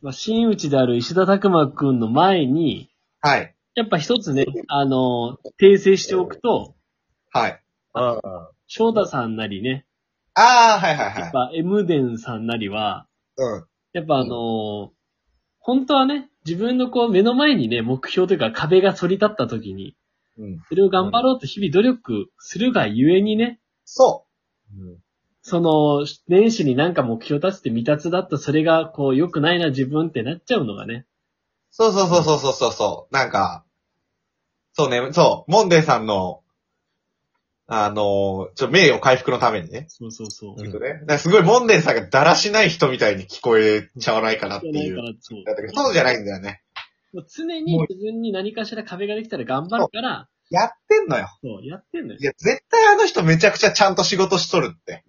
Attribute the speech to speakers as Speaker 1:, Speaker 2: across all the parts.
Speaker 1: まあ、真打ちである石田拓馬くんの前に、
Speaker 2: はい。
Speaker 1: やっぱ一つね、あの、訂正しておくと、
Speaker 2: はい。
Speaker 3: ああ。
Speaker 1: 翔太さんなりね、
Speaker 2: ああ、はいはい
Speaker 1: やっ
Speaker 2: はい。
Speaker 1: ぱエムデンさんなりは、
Speaker 2: うん。
Speaker 1: やっぱあのー本当はね、自分のこう目の前にね、目標というか壁が反り立った時に、
Speaker 2: うん。
Speaker 1: それを頑張ろうと日々努力するがゆえにね、
Speaker 2: そ
Speaker 3: うん
Speaker 1: その、年始になんか目標立つって未達だった、それがこう良くないな自分ってなっちゃうのがね。
Speaker 2: う。そうそうそうそうそうそうそう。なんか、そうね、そう。モンデーさんの、あのー、ちょ、名誉回復のためにね。
Speaker 1: そうそうそう。
Speaker 3: うん
Speaker 2: ちょっとね。だからすごいモンデーさんがだらしない人みたいに聞こえちゃわないかなって
Speaker 1: ないいうか。らそう
Speaker 2: だったけどそうじゃないんだよね。
Speaker 1: もう常に自分に何かしら壁ができたら頑張るから、
Speaker 2: やってんのよ。
Speaker 1: そう、やってんのよ
Speaker 2: い。や、絶対あの人めちゃくちゃちゃんと仕事しとるって。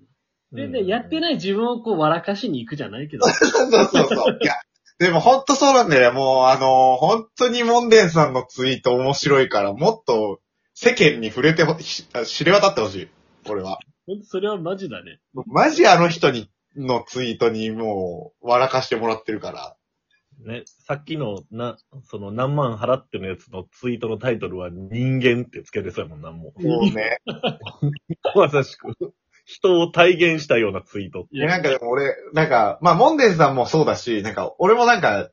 Speaker 1: で、でやってない自分をこう笑かしに行くじゃないけど。
Speaker 2: そうそうそうそう。いや、でもほんとそうなんだよね。もう、あのー本当にモンデンさんのツイート面白いから、もっと世間に触れてほ、し知れ渡ってほしい。これは。
Speaker 1: ほんとそれはマジだね。
Speaker 2: マジあの人に、のツイートにもう、笑かしてもらってるから。
Speaker 3: ね、さっきの、な、その何万払ってのやつのツイートのタイトルは人間ってつけてそうやもんな、も
Speaker 2: もうね。
Speaker 3: う。 まさしく。人を体現したようなツイート。
Speaker 1: い
Speaker 2: いや、なんかでも俺、なんか、まあ、モンデンさんもそうだし、なんか、俺もなんか、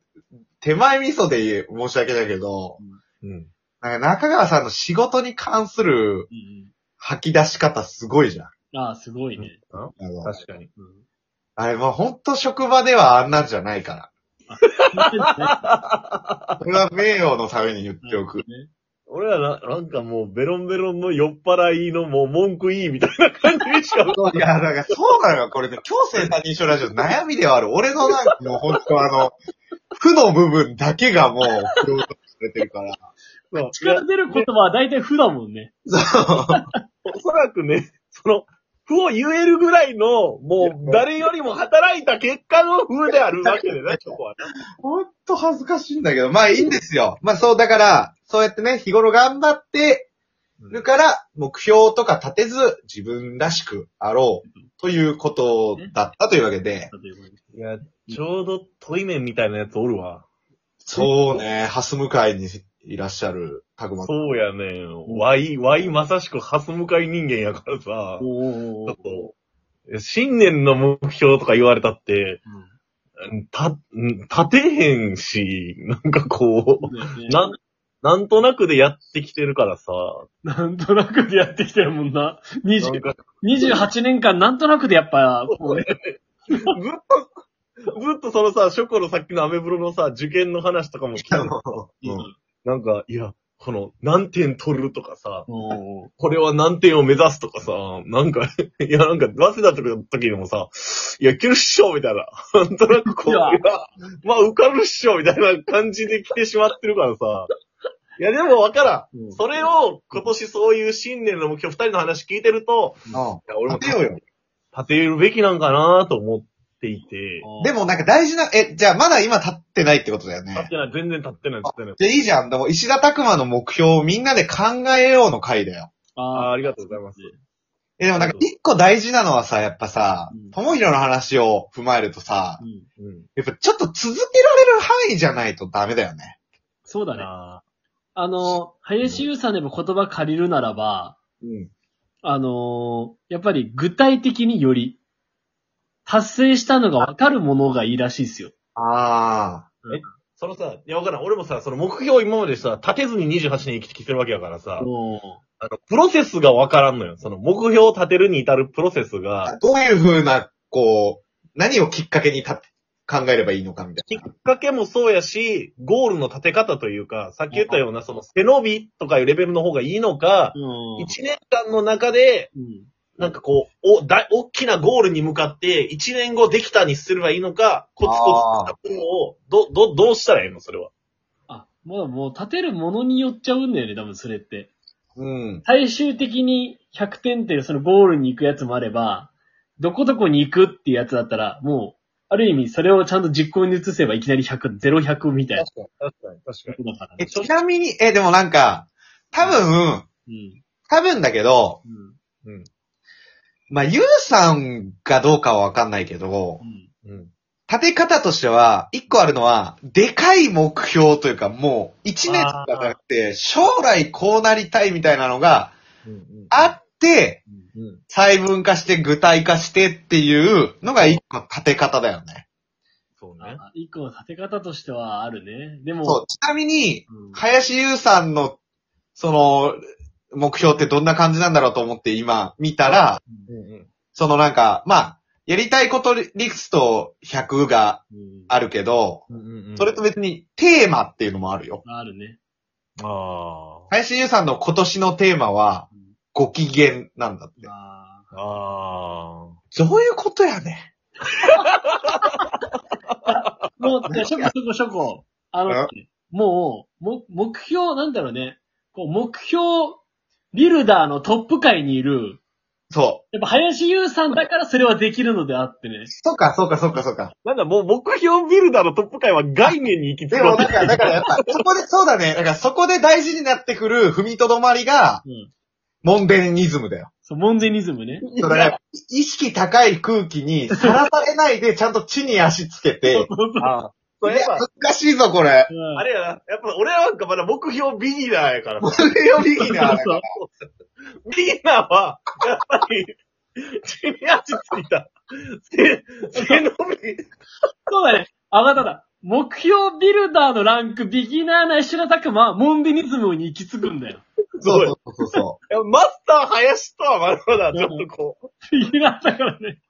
Speaker 2: 手前味噌で言え申し訳ないけど、
Speaker 3: うん。
Speaker 2: なんか中川さんの仕事に関する
Speaker 1: うん
Speaker 2: 吐き出し方すごいじゃん。
Speaker 1: うん、ああ、すごいね。
Speaker 2: あの
Speaker 3: 確かに。
Speaker 1: うん。
Speaker 2: あれ、まあ、ほんと職場ではあんなんじゃないか
Speaker 3: 俺
Speaker 2: ら。これは名誉のために言っておく。
Speaker 1: ね
Speaker 3: らな、なんかもうベロンベロンの酔っ払いのもう文句いいみたいな感じにしか。
Speaker 2: いや、だからそうなのよ、これね、強制三人称ラジオ悩みではある。俺のなんかもうほんとあの、負の部分だけがもう、不良とされてるから。
Speaker 3: そう
Speaker 1: 力出る言葉は大体負だもんね。
Speaker 3: おそらくね、その、負を言えるぐらいの、もう誰よりも働いた結果の負であるわけでね、そこはね。
Speaker 2: ほんと恥ずかしいんだけど、まあいいんですよ。まあそう、だから、そうやってね、日頃頑張ってるから、目標とか立てず、自分らしくあろう、ということだったというわけで。
Speaker 1: 例えばね
Speaker 3: いや、ちょうどトイメンみたいなやつおるわ。
Speaker 2: そうね、ハス向かいにいらっしゃる、たくま
Speaker 3: そうやねん。ワイ、ワイまさしくハス向かい人間やからさ、ち
Speaker 1: おーおー
Speaker 3: ょ
Speaker 1: お
Speaker 3: っ
Speaker 1: ー
Speaker 3: と、新年の目標とか言われたって、た、ん立てへんし、なんかこ
Speaker 1: そうだよね
Speaker 3: う、なん、なんとなくでやってきてるからさ、
Speaker 1: なんとなくでやってきてるもんな。
Speaker 3: な
Speaker 1: 20
Speaker 3: んか
Speaker 1: 28年間なんとなくでやっぱ、こうね
Speaker 3: ずっと、ずっとそのさ、ショコのさっきのアメブロのさ、受験の話とかも聞いたの
Speaker 2: うん
Speaker 3: なんか、いや、この、何点取るとかさ、
Speaker 1: おー
Speaker 3: これは何点を目指すとかさ、なんか、 いや、なんか、早稲田とかの時でもさ、いや、来るっしょみたいな。 なんとなくこう、
Speaker 1: い
Speaker 3: い
Speaker 1: や
Speaker 3: やまあ、受かるっしょみたいな感じで来てしまってるからさ。いや、でもわから
Speaker 1: うん
Speaker 3: ん。それを、今年そういう新年の目標、二人の話聞いてると、
Speaker 2: うん。
Speaker 3: いや、俺も
Speaker 2: 立てよう よ。
Speaker 3: 立てるべきなんかなと思っていて、
Speaker 2: でもなんか大事な、え、じゃあまだ今立ってないってことだよね
Speaker 3: 立っ。てない、全然立ってない、立ってない。
Speaker 2: じゃあいいじゃん。でも石田拓馬の目標をみんなで考えようの回だよ。
Speaker 3: あー
Speaker 1: あ
Speaker 3: ありがとうございます。
Speaker 2: え、でもなんか一個大事なのはさ、やっぱさ
Speaker 1: うん、
Speaker 2: ともひろの話を踏まえるとさ
Speaker 1: ー、うん
Speaker 3: うん。
Speaker 2: やっぱちょっと続けられる範囲じゃないとダメだよね。
Speaker 1: そうだね。
Speaker 3: あ
Speaker 1: あの、林優さんでも言葉借りるならば、
Speaker 2: うん。
Speaker 1: あのーやっぱり具体的により、達成したのがわかるものがいいらしいですよ。
Speaker 2: ああ。
Speaker 3: そのさ、いや、わからん。俺もさ、その目標を今までさ、立てずに28年生きてきてるわけやからさ、
Speaker 1: おー
Speaker 3: あの、プロセスがわからんのよ。その目標を立てるに至るプロセスが、
Speaker 2: どういう風な、こう、何をきっかけにた考えればいいのかみた
Speaker 3: き
Speaker 2: い
Speaker 3: っ
Speaker 2: な。
Speaker 3: かけもそうやし、ゴールの立て方というか、さっき言ったような、その背伸びとかいうレベルの方がいいのか、
Speaker 1: うん
Speaker 3: 1年間の中で、
Speaker 1: うん
Speaker 3: なんかこう、お、だ、大きなゴールに向かって、1年後できたにすればいいのか、コツコツ立つのを、ど、ど、どうしたらいいのそれは。
Speaker 1: あ、もう、もう立てるものによっちゃうんだよね、多分それって。
Speaker 2: うん。
Speaker 1: 最終的に100点っていうそのゴールに行くやつもあれば、どこどこに行くっていうやつだったら、もう、ある意味それをちゃんと実行に移せばいきなり100、0、100みたいなこ
Speaker 3: 確かに、確かに。
Speaker 1: とだから
Speaker 2: え、
Speaker 1: ね。
Speaker 2: ちなみに、え、でもなんか、多分、
Speaker 1: うん。
Speaker 2: 多分だけど、
Speaker 1: うん。
Speaker 3: うん。
Speaker 2: まあ、ゆうさんがどうかはわかんないけど
Speaker 1: う、ん。
Speaker 3: うん。
Speaker 2: 立て方としては、一個あるのは、でかい目標というか、もう、一年とかじゃなくて、将来こうなりたいみたいなのがあって、
Speaker 3: うん
Speaker 2: 細分化して具体化してっていうのが一個の立て方だよね。
Speaker 3: そうね。
Speaker 1: あ一個の立て方としてはあるね。でも、
Speaker 2: そう。ちなみに、
Speaker 1: うん
Speaker 2: 林優さんの、その、目標ってどんな感じなんだろうと思って今見たら、そのなんか、まあ、やりたいことリスト100が
Speaker 1: うん
Speaker 2: あるけど、それ
Speaker 3: と、
Speaker 2: と別にテーマっていうのもあるよ。
Speaker 1: あるね。
Speaker 3: あ
Speaker 2: 林優さんの今年のテーマは
Speaker 1: うん、
Speaker 2: ご機嫌なんだって。
Speaker 1: あ
Speaker 3: あ。あ
Speaker 2: どういうことやね
Speaker 1: ーもう、いや、ショコショコショコ。あの
Speaker 2: あ、
Speaker 1: もう、も、目標、なんだろうね。こう、目標、ビルダーのトップ界にいる、
Speaker 2: ん。そう。
Speaker 1: やっぱ林優さんだからそれはできるのであってね。
Speaker 2: そうか、そうか、そうか、そうか。
Speaker 3: なんだ、もう目標ビルダーのトップ会は概念に行き着
Speaker 2: で
Speaker 3: く
Speaker 2: も、
Speaker 3: わ
Speaker 2: だから、だからやっぱ、そこで、そうだね。だからそこで大事になってくる踏みとどまりが、
Speaker 1: うん。
Speaker 2: モンデニズムだよ。
Speaker 1: そう、モンゼニズムね。
Speaker 2: そうだから、意識高い空気にさらされないで、ちゃんと地に足つけて、
Speaker 3: ああ。
Speaker 2: い
Speaker 3: そうやっ
Speaker 2: や
Speaker 3: ぱ、
Speaker 2: 難しいぞ、これ。
Speaker 1: うん
Speaker 3: あれやな、やっぱ俺なんかまだ目標ビギナーや から。
Speaker 2: これよ、ビギナーだ
Speaker 1: そ
Speaker 2: か
Speaker 1: う
Speaker 3: ビギナーは、やっぱり、地に足ついた。背背伸び。
Speaker 1: そうだね。あ、わかったわかった。目標ビルダーのランク、ビギナーな石田拓馬は、モンデニズムに行き着くんだよ。
Speaker 2: ら。そうそうそうそ
Speaker 3: いやマスター林とはまだまだちょっとこう。
Speaker 1: ビギナーだからね。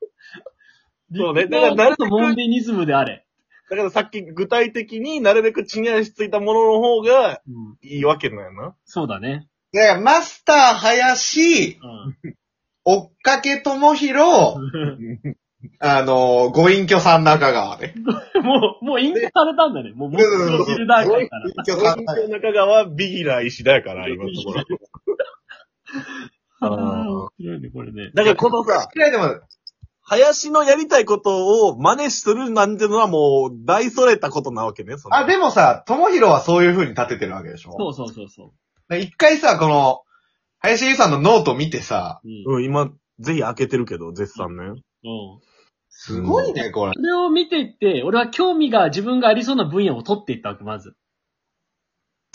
Speaker 3: そうね
Speaker 1: ビギナーこそモンデニズムであれ。
Speaker 3: だからさっき具体的になるべく地に足ついたものの方が
Speaker 1: うん。
Speaker 3: いいわけなんやな。
Speaker 1: そうだね。
Speaker 2: う。だから、マスター林、
Speaker 1: うん。
Speaker 2: 追っかけ友広、あのー、ご隠居さん中川ね。
Speaker 1: もう、もう隠居されたんだね。もう、モンデニビルダー界から。
Speaker 2: 隠居さん中川。
Speaker 3: の中川はビギナー石田やから、今のところ。
Speaker 1: あー面白いね、これね。
Speaker 3: だからこのさ、
Speaker 2: 嫌いでも、
Speaker 3: 林のやりたいことを真似するなんてのはもう大それたことなわけね。その
Speaker 2: あ、でもさ、友広はそういう風に立ててるわけでし
Speaker 1: そ
Speaker 2: ょ
Speaker 1: うそうそうそう。
Speaker 2: で一回さ、この、林優さんのノート見てさ、
Speaker 1: うん。
Speaker 3: うん、今、ぜひ開けてるけど、絶賛ね。
Speaker 1: うん。
Speaker 2: すごいね、これ。
Speaker 1: それを見ていって、俺は興味が自分がありそうな分野を取っていったわけ、まず。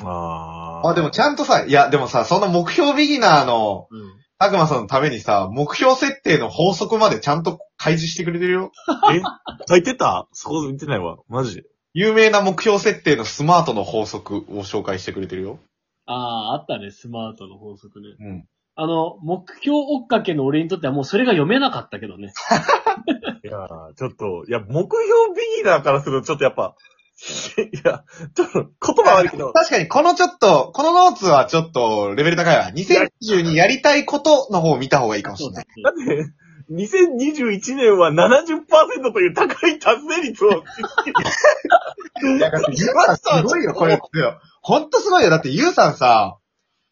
Speaker 3: あー
Speaker 2: あ、でもちゃんとさ、いや、でもさ、その目標ビギナーの、
Speaker 1: うん。
Speaker 2: たくまさんのためにさ、目標設定の法則までちゃんと開示してくれてるよ。
Speaker 3: え書いてたそこ見てないわ。マジ。
Speaker 2: 有名な目標設定のスマートの法則を紹介してくれてるよ。
Speaker 1: ああ、あったね、スマートの法則ね。
Speaker 2: うん。
Speaker 1: あの、目標追っかけの俺にとってはもうそれが読めなかったけどね。
Speaker 3: いやーちょっと、いや、目標ビギナーからすると、ちょっとやっぱ、 いや、ちょっと、言葉悪いけど、
Speaker 2: 確かに、このちょっと、このノーツはちょっとレベル高いわ。2022やりたいことの方を見た方がいいかもし
Speaker 1: そ
Speaker 2: れ
Speaker 1: う
Speaker 2: な
Speaker 1: だ
Speaker 2: い。
Speaker 3: だって、2021年は70%という高い達成率を、
Speaker 2: だから、ユーさんすごいよ、これ。ほんとすごいよ。だって、ユーさんさ、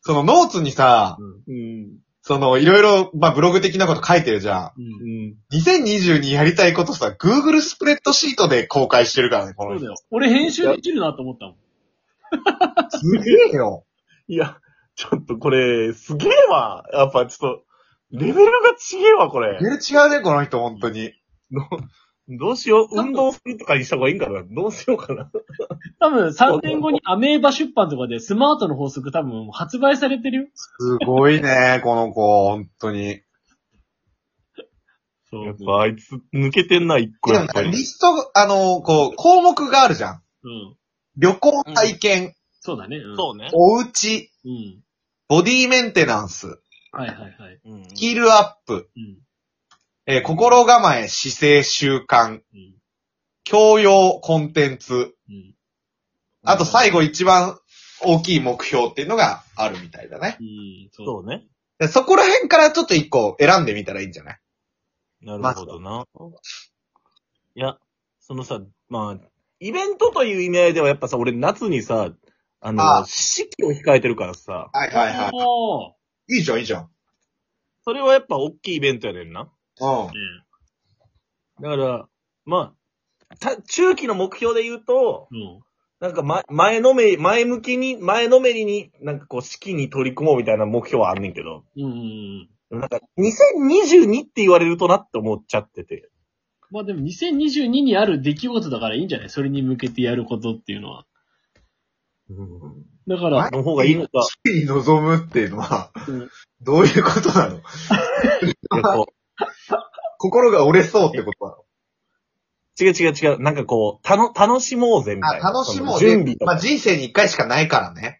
Speaker 2: そのノーツにさ、
Speaker 3: うん。
Speaker 2: その、いろいろ、まあ、ブログ的なこと書いてるじゃ
Speaker 1: うん。
Speaker 3: うん。
Speaker 2: ん。2022やりたいことさ、Google スプレッドシートで公開してるからね、こ
Speaker 1: そう
Speaker 2: の
Speaker 1: だ
Speaker 2: 人。
Speaker 1: よ。俺編集できるなと思ったもん。
Speaker 2: すげえよ。
Speaker 3: いや、ちょっとこれ、すげえわ。やっぱちょっと、レベルが違えわ、これ
Speaker 2: レ。ベル違うね、この人、ほんとに。
Speaker 3: どうしよう。運動するとかにした方がいいんかな。どうしようかな。
Speaker 1: 多分3年後にアメーバ出版とかでスマートの法則多分もう発売されてるよ。
Speaker 2: すごいね、 この子、ほんとに。
Speaker 1: そ
Speaker 3: やっぱあいつ、抜けてんな、一個
Speaker 2: でも
Speaker 3: や
Speaker 2: なん
Speaker 3: っぱ
Speaker 2: か、
Speaker 3: り
Speaker 2: リ。スト、あの、こう、項目があるじゃん。
Speaker 1: うん。
Speaker 2: 旅行体験、
Speaker 1: そうだね。うん、
Speaker 3: うね。
Speaker 2: おうち、
Speaker 1: う。うん。
Speaker 2: ボディメンテナンス、
Speaker 1: はいはいはい。
Speaker 3: うん
Speaker 2: スキルアップ、
Speaker 1: うん。
Speaker 2: えー心構え、姿勢、習慣、
Speaker 1: うん。
Speaker 2: 教養、コンテンツ。
Speaker 1: うん。
Speaker 2: あと最後一番大きい目標っていうのがあるみたいだね。
Speaker 1: うん。そう
Speaker 3: そうね。
Speaker 2: でそこら辺からちょっと一個選んでみたらいいんじゃない
Speaker 3: なるほどな。いや、そのさ、まあ、イベントという意味合いではやっぱさ、俺夏にさ、あ
Speaker 2: あ
Speaker 3: の、四季を控えてるからさ、
Speaker 2: はいはいは
Speaker 1: おー
Speaker 2: い。いいじゃん、いいじゃん。
Speaker 3: それはやっぱ大きいイベントやねんな。
Speaker 2: うん。
Speaker 3: だから、まあ、た、中期の目標で言うと、
Speaker 1: うん。
Speaker 3: なんか、ま、前のめり、前向きに、前のめりに、なんかこう、式に取り組もうみたいな目標はあんねんけど、
Speaker 1: うん。うん。
Speaker 3: なんか、2022って言われるとなって思っちゃってて。
Speaker 1: まあでも2022にある出来事だからいいんじゃないそれに向けてやることっていうのは。
Speaker 2: うん。
Speaker 1: だか
Speaker 2: は
Speaker 1: ら、
Speaker 3: の方がいいの か。
Speaker 2: に臨むっていうのは、
Speaker 1: うん
Speaker 2: どういうことなの
Speaker 3: こ
Speaker 2: 心が折れそうってことなの
Speaker 3: う違う違う違う。なんかこう、たの、楽しもうぜみ
Speaker 2: あ、
Speaker 3: たいな。
Speaker 2: 楽しもう
Speaker 3: その準
Speaker 2: ね
Speaker 3: 備。と
Speaker 2: ま
Speaker 3: か。
Speaker 2: あ人生に一回しかないからね。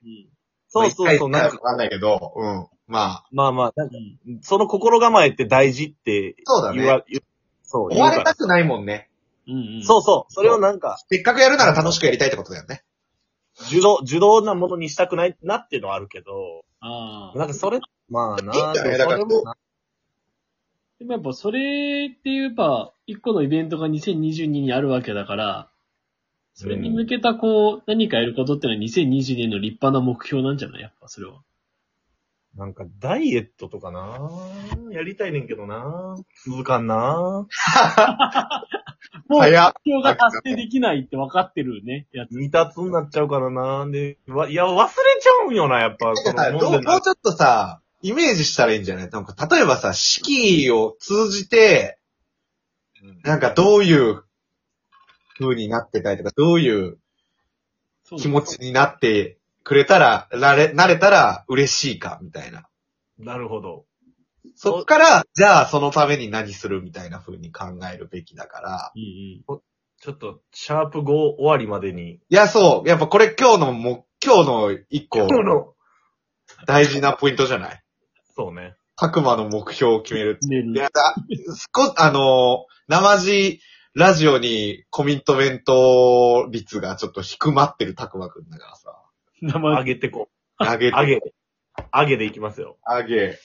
Speaker 3: そうそうそう。
Speaker 2: まあ
Speaker 3: な
Speaker 2: 一回
Speaker 3: ん
Speaker 2: し
Speaker 3: か、
Speaker 2: かわかんないけど、うん。まあ、
Speaker 3: まあまあ、なんか、その心構えって大事って
Speaker 2: そうだ
Speaker 3: 言わ、
Speaker 2: ね。
Speaker 3: 言うそう、言う
Speaker 2: 壊れ
Speaker 3: か
Speaker 2: たくないもんね。
Speaker 1: うんうん。
Speaker 3: ら。そうそう。それをなんか、
Speaker 2: せっかくやるなら楽しくやりたいってことだよね。
Speaker 3: 受動、受動なものにしたくないなっていうのはあるけど、
Speaker 1: ああ。
Speaker 3: なんかそれ、まあな
Speaker 2: だってねだから
Speaker 3: それもな
Speaker 1: でもやっぱそれっていうか、一個のイベントが2022にあるわけだから、それに向けたこう、何かやることってのは2022年の立派な目標なんじゃないやっぱそれは。
Speaker 3: なんか、ダイエットとかなやりたいねんけどな続かんな
Speaker 1: もう目
Speaker 2: 早っ
Speaker 1: 標が達成できないって分かってるね、やつ。
Speaker 3: 二つになっちゃうからなで、わ、いや、忘れちゃうんよな、や っぱ。
Speaker 2: だからどう
Speaker 3: 飲んで
Speaker 2: も
Speaker 3: な
Speaker 2: うちょっとさ、イメージしたらいいんじゃないなんか、例えばさ、式を通じて、なんかどういう風になってたりとか、どういう
Speaker 1: そう
Speaker 2: 気持ちになってくれたら、なれ、なれたら嬉しいか、みたいな。
Speaker 3: なるほど。
Speaker 2: そっから、じゃあそのために何するみたいな風に考えるべきだから。
Speaker 1: うんうん。
Speaker 3: ちょっと、シャープ5終わりまでに。
Speaker 2: いや、そう。やっぱこれ今日のも、今日の一 個、
Speaker 3: 今日の、
Speaker 2: 大事なポイントじゃない
Speaker 3: そうね。
Speaker 2: 各馬の目標を決める。
Speaker 1: ね
Speaker 2: いや、だ、少あの、生地ラジオにコミットメント率がちょっと低まってるたくまくんだからさ。
Speaker 1: 名前
Speaker 3: 上げてこ
Speaker 2: 上げ
Speaker 3: う。上
Speaker 2: て、
Speaker 3: げ。上げでいきますよ。
Speaker 2: 上げ。